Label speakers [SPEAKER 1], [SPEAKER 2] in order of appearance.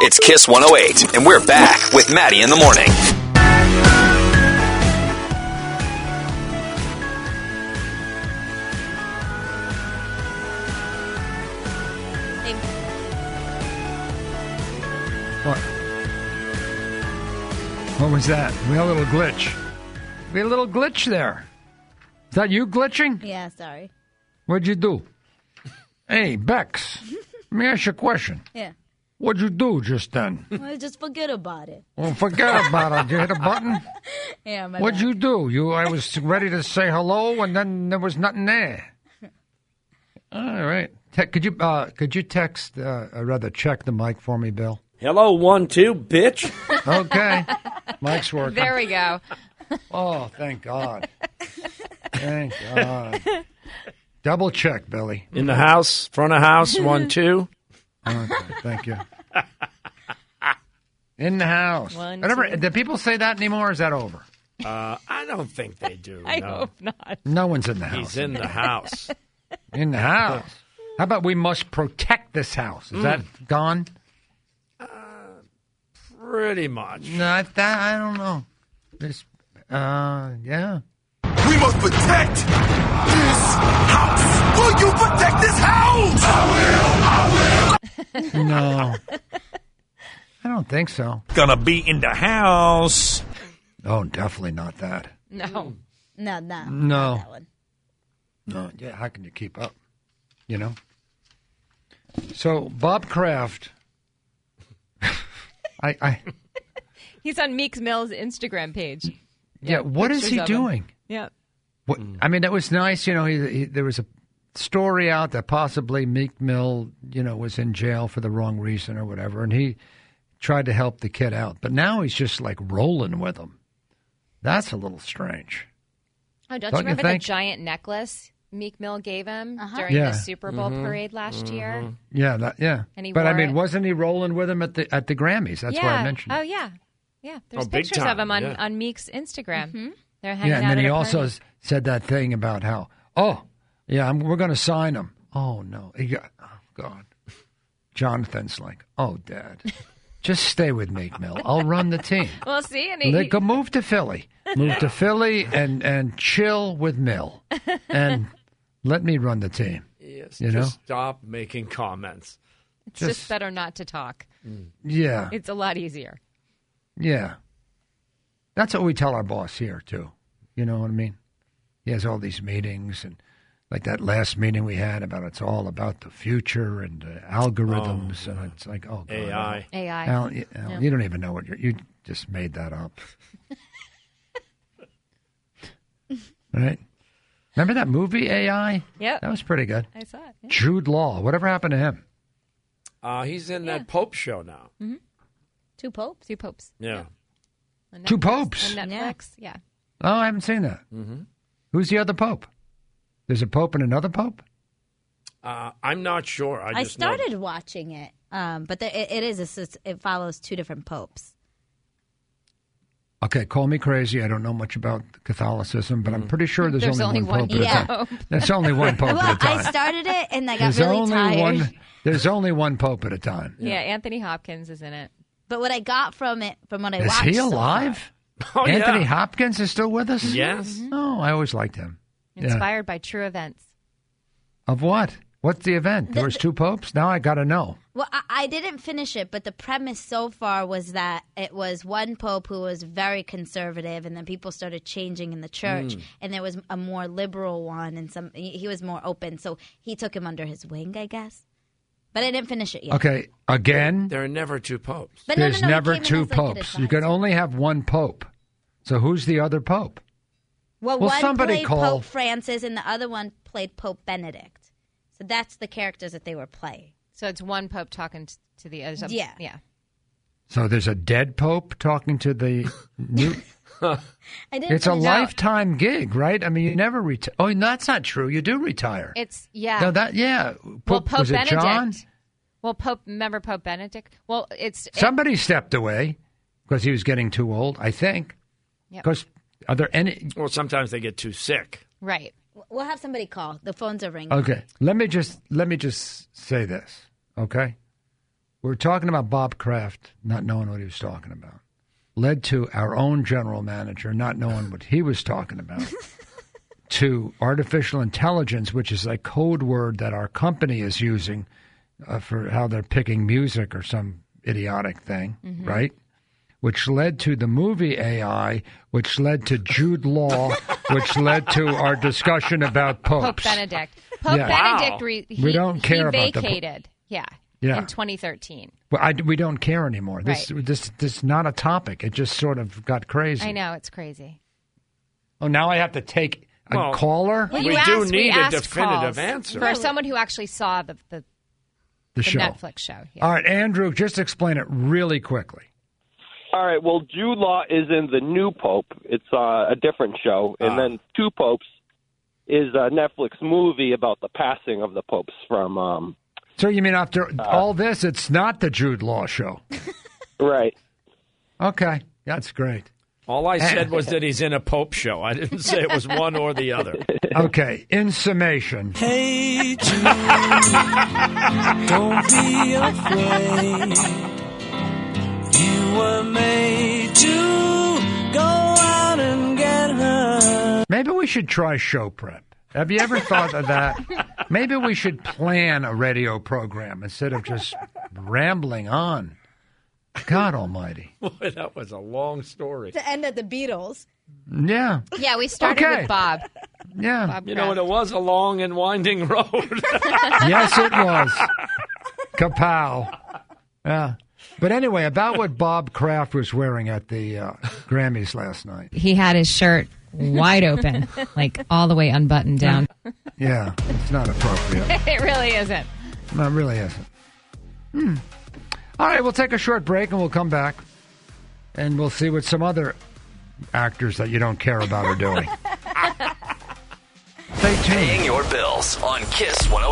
[SPEAKER 1] It's Kiss 108, and we're back with Maddie in the morning.
[SPEAKER 2] What? What was that? We had a little glitch. We had a little glitch there. Is that you glitching?
[SPEAKER 3] Yeah, sorry.
[SPEAKER 2] What'd you do? Hey, Bex, let me ask you a question.
[SPEAKER 3] Yeah.
[SPEAKER 2] What'd you do just then?
[SPEAKER 3] Well, just forget about it.
[SPEAKER 2] Well, forget about it. Did you hit a button?
[SPEAKER 3] Yeah, my
[SPEAKER 2] What'd
[SPEAKER 3] bad.
[SPEAKER 2] you do? You, I was ready to say hello, and then there was nothing there. All right. Te- could you uh, could you text uh, or rather check the mic for me, Bill?
[SPEAKER 4] Hello, one, two, bitch.
[SPEAKER 2] Okay, mic's working.
[SPEAKER 5] There we go.
[SPEAKER 2] Oh, thank God. thank God. Double check, Billy.
[SPEAKER 4] In the house, front of house, one, two.
[SPEAKER 2] Okay, thank you. In the house.
[SPEAKER 5] One,
[SPEAKER 2] Whatever.
[SPEAKER 5] two.
[SPEAKER 2] Do people say that anymore? Or is that over?
[SPEAKER 4] Uh, I don't think they do.
[SPEAKER 5] I
[SPEAKER 4] no.
[SPEAKER 5] hope not.
[SPEAKER 2] No one's in the house.
[SPEAKER 4] He's in the house.
[SPEAKER 2] In the house. How about we must protect this house? Is
[SPEAKER 4] Mm.
[SPEAKER 2] that gone?
[SPEAKER 4] Pretty much.
[SPEAKER 2] No, I, that, I don't know. This, uh, yeah.
[SPEAKER 6] We must protect this house. Will you protect this house?
[SPEAKER 2] No. I don't think so.
[SPEAKER 6] Gonna be in the house.
[SPEAKER 2] Oh, definitely not that. Hmm.
[SPEAKER 5] No.
[SPEAKER 3] No, no.
[SPEAKER 2] No.
[SPEAKER 3] That one.
[SPEAKER 2] No, yeah, how can you keep up? You know? So Bob Kraft I I
[SPEAKER 5] He's on Meeks Mill's Instagram page.
[SPEAKER 2] yeah, what is
[SPEAKER 5] pictures
[SPEAKER 2] he
[SPEAKER 5] of him.
[SPEAKER 2] doing?
[SPEAKER 5] Yeah.
[SPEAKER 2] What, I mean, that was nice, you know, he, he, there was a story out that possibly Meek Mill, you know, was in jail for the wrong reason or whatever and he tried to help the kid out. But now he's just like rolling with him. That's a little strange.
[SPEAKER 5] Oh,
[SPEAKER 2] Don't
[SPEAKER 5] don't,
[SPEAKER 2] you
[SPEAKER 5] you remember
[SPEAKER 2] think?
[SPEAKER 5] the giant necklace Meek Mill gave him during
[SPEAKER 2] Yeah. Mm-hmm.
[SPEAKER 5] the Super Bowl parade last year?
[SPEAKER 2] Yeah, that yeah.
[SPEAKER 5] And he
[SPEAKER 2] but I
[SPEAKER 5] wore
[SPEAKER 2] mean,
[SPEAKER 5] it.
[SPEAKER 2] wasn't he rolling with him at the at the Grammys? That's
[SPEAKER 5] yeah.
[SPEAKER 2] why I mentioned. it.
[SPEAKER 5] Oh, yeah. Yeah. There's
[SPEAKER 4] Oh, big
[SPEAKER 5] pictures of
[SPEAKER 4] time,
[SPEAKER 5] him on,
[SPEAKER 4] yeah.
[SPEAKER 5] on Meek's Instagram. They're hanging
[SPEAKER 2] yeah,
[SPEAKER 5] out
[SPEAKER 2] and then
[SPEAKER 5] at
[SPEAKER 2] he
[SPEAKER 5] a
[SPEAKER 2] also
[SPEAKER 5] party.
[SPEAKER 2] s- said that thing about how, oh, yeah, I'm, we're going to sign him. Oh no, he got, oh God. Jonathan's like, oh, Dad, just stay with Meek Mill. I'll run the team.
[SPEAKER 5] Well, see, and he,
[SPEAKER 2] They could move to Philly, move to Philly, and and chill with Mill, and let me run the team.
[SPEAKER 4] Yes,
[SPEAKER 2] You
[SPEAKER 4] just
[SPEAKER 2] know?
[SPEAKER 4] stop making comments.
[SPEAKER 5] it's just,
[SPEAKER 2] just-
[SPEAKER 5] better not to talk.
[SPEAKER 2] Yeah,
[SPEAKER 5] It's a lot easier.
[SPEAKER 2] yeah. That's what we tell our boss here too. You know what I mean? He has all these meetings and like that last meeting we had about it's all about the future and uh, algorithms and it's like oh God,
[SPEAKER 4] AI.
[SPEAKER 5] AI.
[SPEAKER 2] Al, you, Al, you don't even know what you're, you just made that up, right? Remember that movie AI?
[SPEAKER 5] Yep.
[SPEAKER 2] that was pretty good.
[SPEAKER 5] I saw it. yeah.
[SPEAKER 2] Jude Law. Whatever happened to him?
[SPEAKER 4] Uh, he's in that Pope show now.
[SPEAKER 3] Two popes?
[SPEAKER 5] Two popes.
[SPEAKER 4] Yeah.
[SPEAKER 5] On
[SPEAKER 2] Two
[SPEAKER 5] Netflix.
[SPEAKER 2] popes.
[SPEAKER 5] On Netflix. Yeah.
[SPEAKER 2] Oh, I haven't seen that. Mm-hmm. Who's the other pope? There's a pope and another pope.
[SPEAKER 4] Uh, I'm not sure. I,
[SPEAKER 3] I,
[SPEAKER 4] just know-
[SPEAKER 3] started watching it, um, but the, it, it is a, sus- it follows two different popes.
[SPEAKER 2] Okay, call me crazy. I don't know much about Catholicism, but I'm pretty sure there's,
[SPEAKER 5] There's
[SPEAKER 2] only,
[SPEAKER 5] only
[SPEAKER 2] one
[SPEAKER 5] one
[SPEAKER 2] pope at a
[SPEAKER 5] pope.
[SPEAKER 2] time. There's only one pope
[SPEAKER 3] Well,
[SPEAKER 2] at a
[SPEAKER 3] I
[SPEAKER 2] time.
[SPEAKER 3] started it and I got
[SPEAKER 2] There's
[SPEAKER 3] really
[SPEAKER 2] only
[SPEAKER 3] tired.
[SPEAKER 2] one. There's only one pope at a time.
[SPEAKER 5] yeah. Anthony Hopkins is in it.
[SPEAKER 3] But what I got from it, from what I
[SPEAKER 2] Is
[SPEAKER 3] watched,
[SPEAKER 2] he
[SPEAKER 3] so far-
[SPEAKER 2] alive?
[SPEAKER 4] Oh,
[SPEAKER 2] Anthony
[SPEAKER 4] yeah.
[SPEAKER 2] Hopkins is still with us.
[SPEAKER 4] Yes.
[SPEAKER 3] Mm-hmm.
[SPEAKER 2] Oh, I always liked him. Yeah.
[SPEAKER 5] Inspired by true events.
[SPEAKER 2] Of what? What's the event? There was two popes. Now I got to know.
[SPEAKER 3] Well, I, I didn't finish it, but the premise so far was that it was one pope who was very conservative, and then people started changing in the church,
[SPEAKER 2] Mm.
[SPEAKER 3] and there was a more liberal one, and some he he was more open, so he took him under his wing, I guess. But I didn't finish it yet.
[SPEAKER 2] Okay, again,
[SPEAKER 4] There are never two popes.
[SPEAKER 3] But no, no,
[SPEAKER 2] there's
[SPEAKER 3] no, he
[SPEAKER 2] never
[SPEAKER 3] came in
[SPEAKER 2] two
[SPEAKER 3] as, like, an
[SPEAKER 2] popes. You can
[SPEAKER 3] advisor.
[SPEAKER 2] only have one pope. So who's the other pope?
[SPEAKER 3] well,
[SPEAKER 2] well,
[SPEAKER 3] one
[SPEAKER 2] somebody
[SPEAKER 3] played
[SPEAKER 2] call-
[SPEAKER 3] Pope Francis, and the other one played Pope Benedict. So that's the characters that they were playing.
[SPEAKER 5] So it's one pope talking t- to the other.
[SPEAKER 3] Yeah.
[SPEAKER 5] Yeah.
[SPEAKER 2] So there's a dead pope talking to the new.
[SPEAKER 3] I didn't.
[SPEAKER 2] It's a
[SPEAKER 3] finish it.
[SPEAKER 2] lifetime gig, right? I mean, you never retire. Oh, no, that's not true. You do retire.
[SPEAKER 5] It's yeah.
[SPEAKER 2] no, that yeah.
[SPEAKER 5] well,
[SPEAKER 2] Pope-
[SPEAKER 5] Pope
[SPEAKER 2] was it
[SPEAKER 5] Benedict.
[SPEAKER 2] John?
[SPEAKER 5] Well, Pope remember Pope Benedict. Well, it's it-
[SPEAKER 2] Somebody stepped away because he was getting too old, I think.
[SPEAKER 5] Yep.
[SPEAKER 2] Because are there any?
[SPEAKER 4] Well, sometimes they get too sick.
[SPEAKER 5] right.
[SPEAKER 3] We'll have somebody
[SPEAKER 2] Oh.
[SPEAKER 3] call. The phones are ringing.
[SPEAKER 2] Okay, let me just let me just say this. Okay, we were talking about Bob Kraft not knowing what he was talking about. Led to our own general manager not knowing what he was talking about. to artificial intelligence, which is a code word that our company is using uh, for how they're picking music or some idiotic thing, right? Which led to the movie AI, which led to Jude Law, which led to our discussion about
[SPEAKER 5] Pope
[SPEAKER 2] popes.
[SPEAKER 5] Benedict. Pope
[SPEAKER 2] Oh, Yeah.
[SPEAKER 5] Benedict, re- he,
[SPEAKER 2] We don't care
[SPEAKER 5] he
[SPEAKER 2] about the-
[SPEAKER 5] vacated. yeah.
[SPEAKER 2] Yeah.
[SPEAKER 5] In 2013.
[SPEAKER 2] Well, I, we don't care anymore. This, this, this is not a topic. It just sort of got crazy.
[SPEAKER 5] I know it's crazy.
[SPEAKER 2] Oh, now I have to take a
[SPEAKER 4] Well-
[SPEAKER 2] caller.
[SPEAKER 5] Well,
[SPEAKER 4] We
[SPEAKER 5] you
[SPEAKER 4] do
[SPEAKER 5] asked-
[SPEAKER 4] need
[SPEAKER 5] we
[SPEAKER 4] a
[SPEAKER 5] asked
[SPEAKER 4] definitive
[SPEAKER 5] calls
[SPEAKER 4] answer.
[SPEAKER 5] for someone who actually saw the the,
[SPEAKER 2] the
[SPEAKER 5] the
[SPEAKER 2] show. Uh,
[SPEAKER 5] Netflix show. Yeah.
[SPEAKER 2] All right, Andrew, just explain it really quickly.
[SPEAKER 7] All right. Well, Jude Law is in the new Pope. It's uh, a different show, and then Two Popes is a Netflix movie about the passing of the popes from. Um,
[SPEAKER 2] So you mean after all this, it's not the Jude Law show?
[SPEAKER 7] right.
[SPEAKER 2] Okay, that's great.
[SPEAKER 4] All I said was that he's in a Pope show. I didn't say it was one or the other.
[SPEAKER 2] Okay, in summation,
[SPEAKER 8] Hey Jude, don't be afraid. You were made to go out and get her.
[SPEAKER 2] maybe we should try show prep. Have you ever thought of that? Maybe we should plan a radio program instead of just rambling on. God Almighty.
[SPEAKER 4] Boy, that was a long story.
[SPEAKER 3] To end at the Beatles.
[SPEAKER 2] Yeah,
[SPEAKER 5] Yeah, we started
[SPEAKER 2] Okay.
[SPEAKER 5] with Bob.
[SPEAKER 2] yeah.
[SPEAKER 5] Bob
[SPEAKER 4] You know,
[SPEAKER 5] Kraft.
[SPEAKER 4] and it was a long and winding road.
[SPEAKER 2] Yes, it was. Kapow. Yeah. But anyway, about what Bob Kraft was wearing at the uh, Grammys last night.
[SPEAKER 9] he had his shirt wide open, like all the way unbuttoned down.
[SPEAKER 2] Yeah, it's not appropriate.
[SPEAKER 5] it really isn't.
[SPEAKER 2] No, it really isn't. Hmm. All right, we'll take a short break and we'll come back and we'll see what some other actors that you don't care about are doing. Stay tuned.
[SPEAKER 1] Paying your bills on Kiss 106.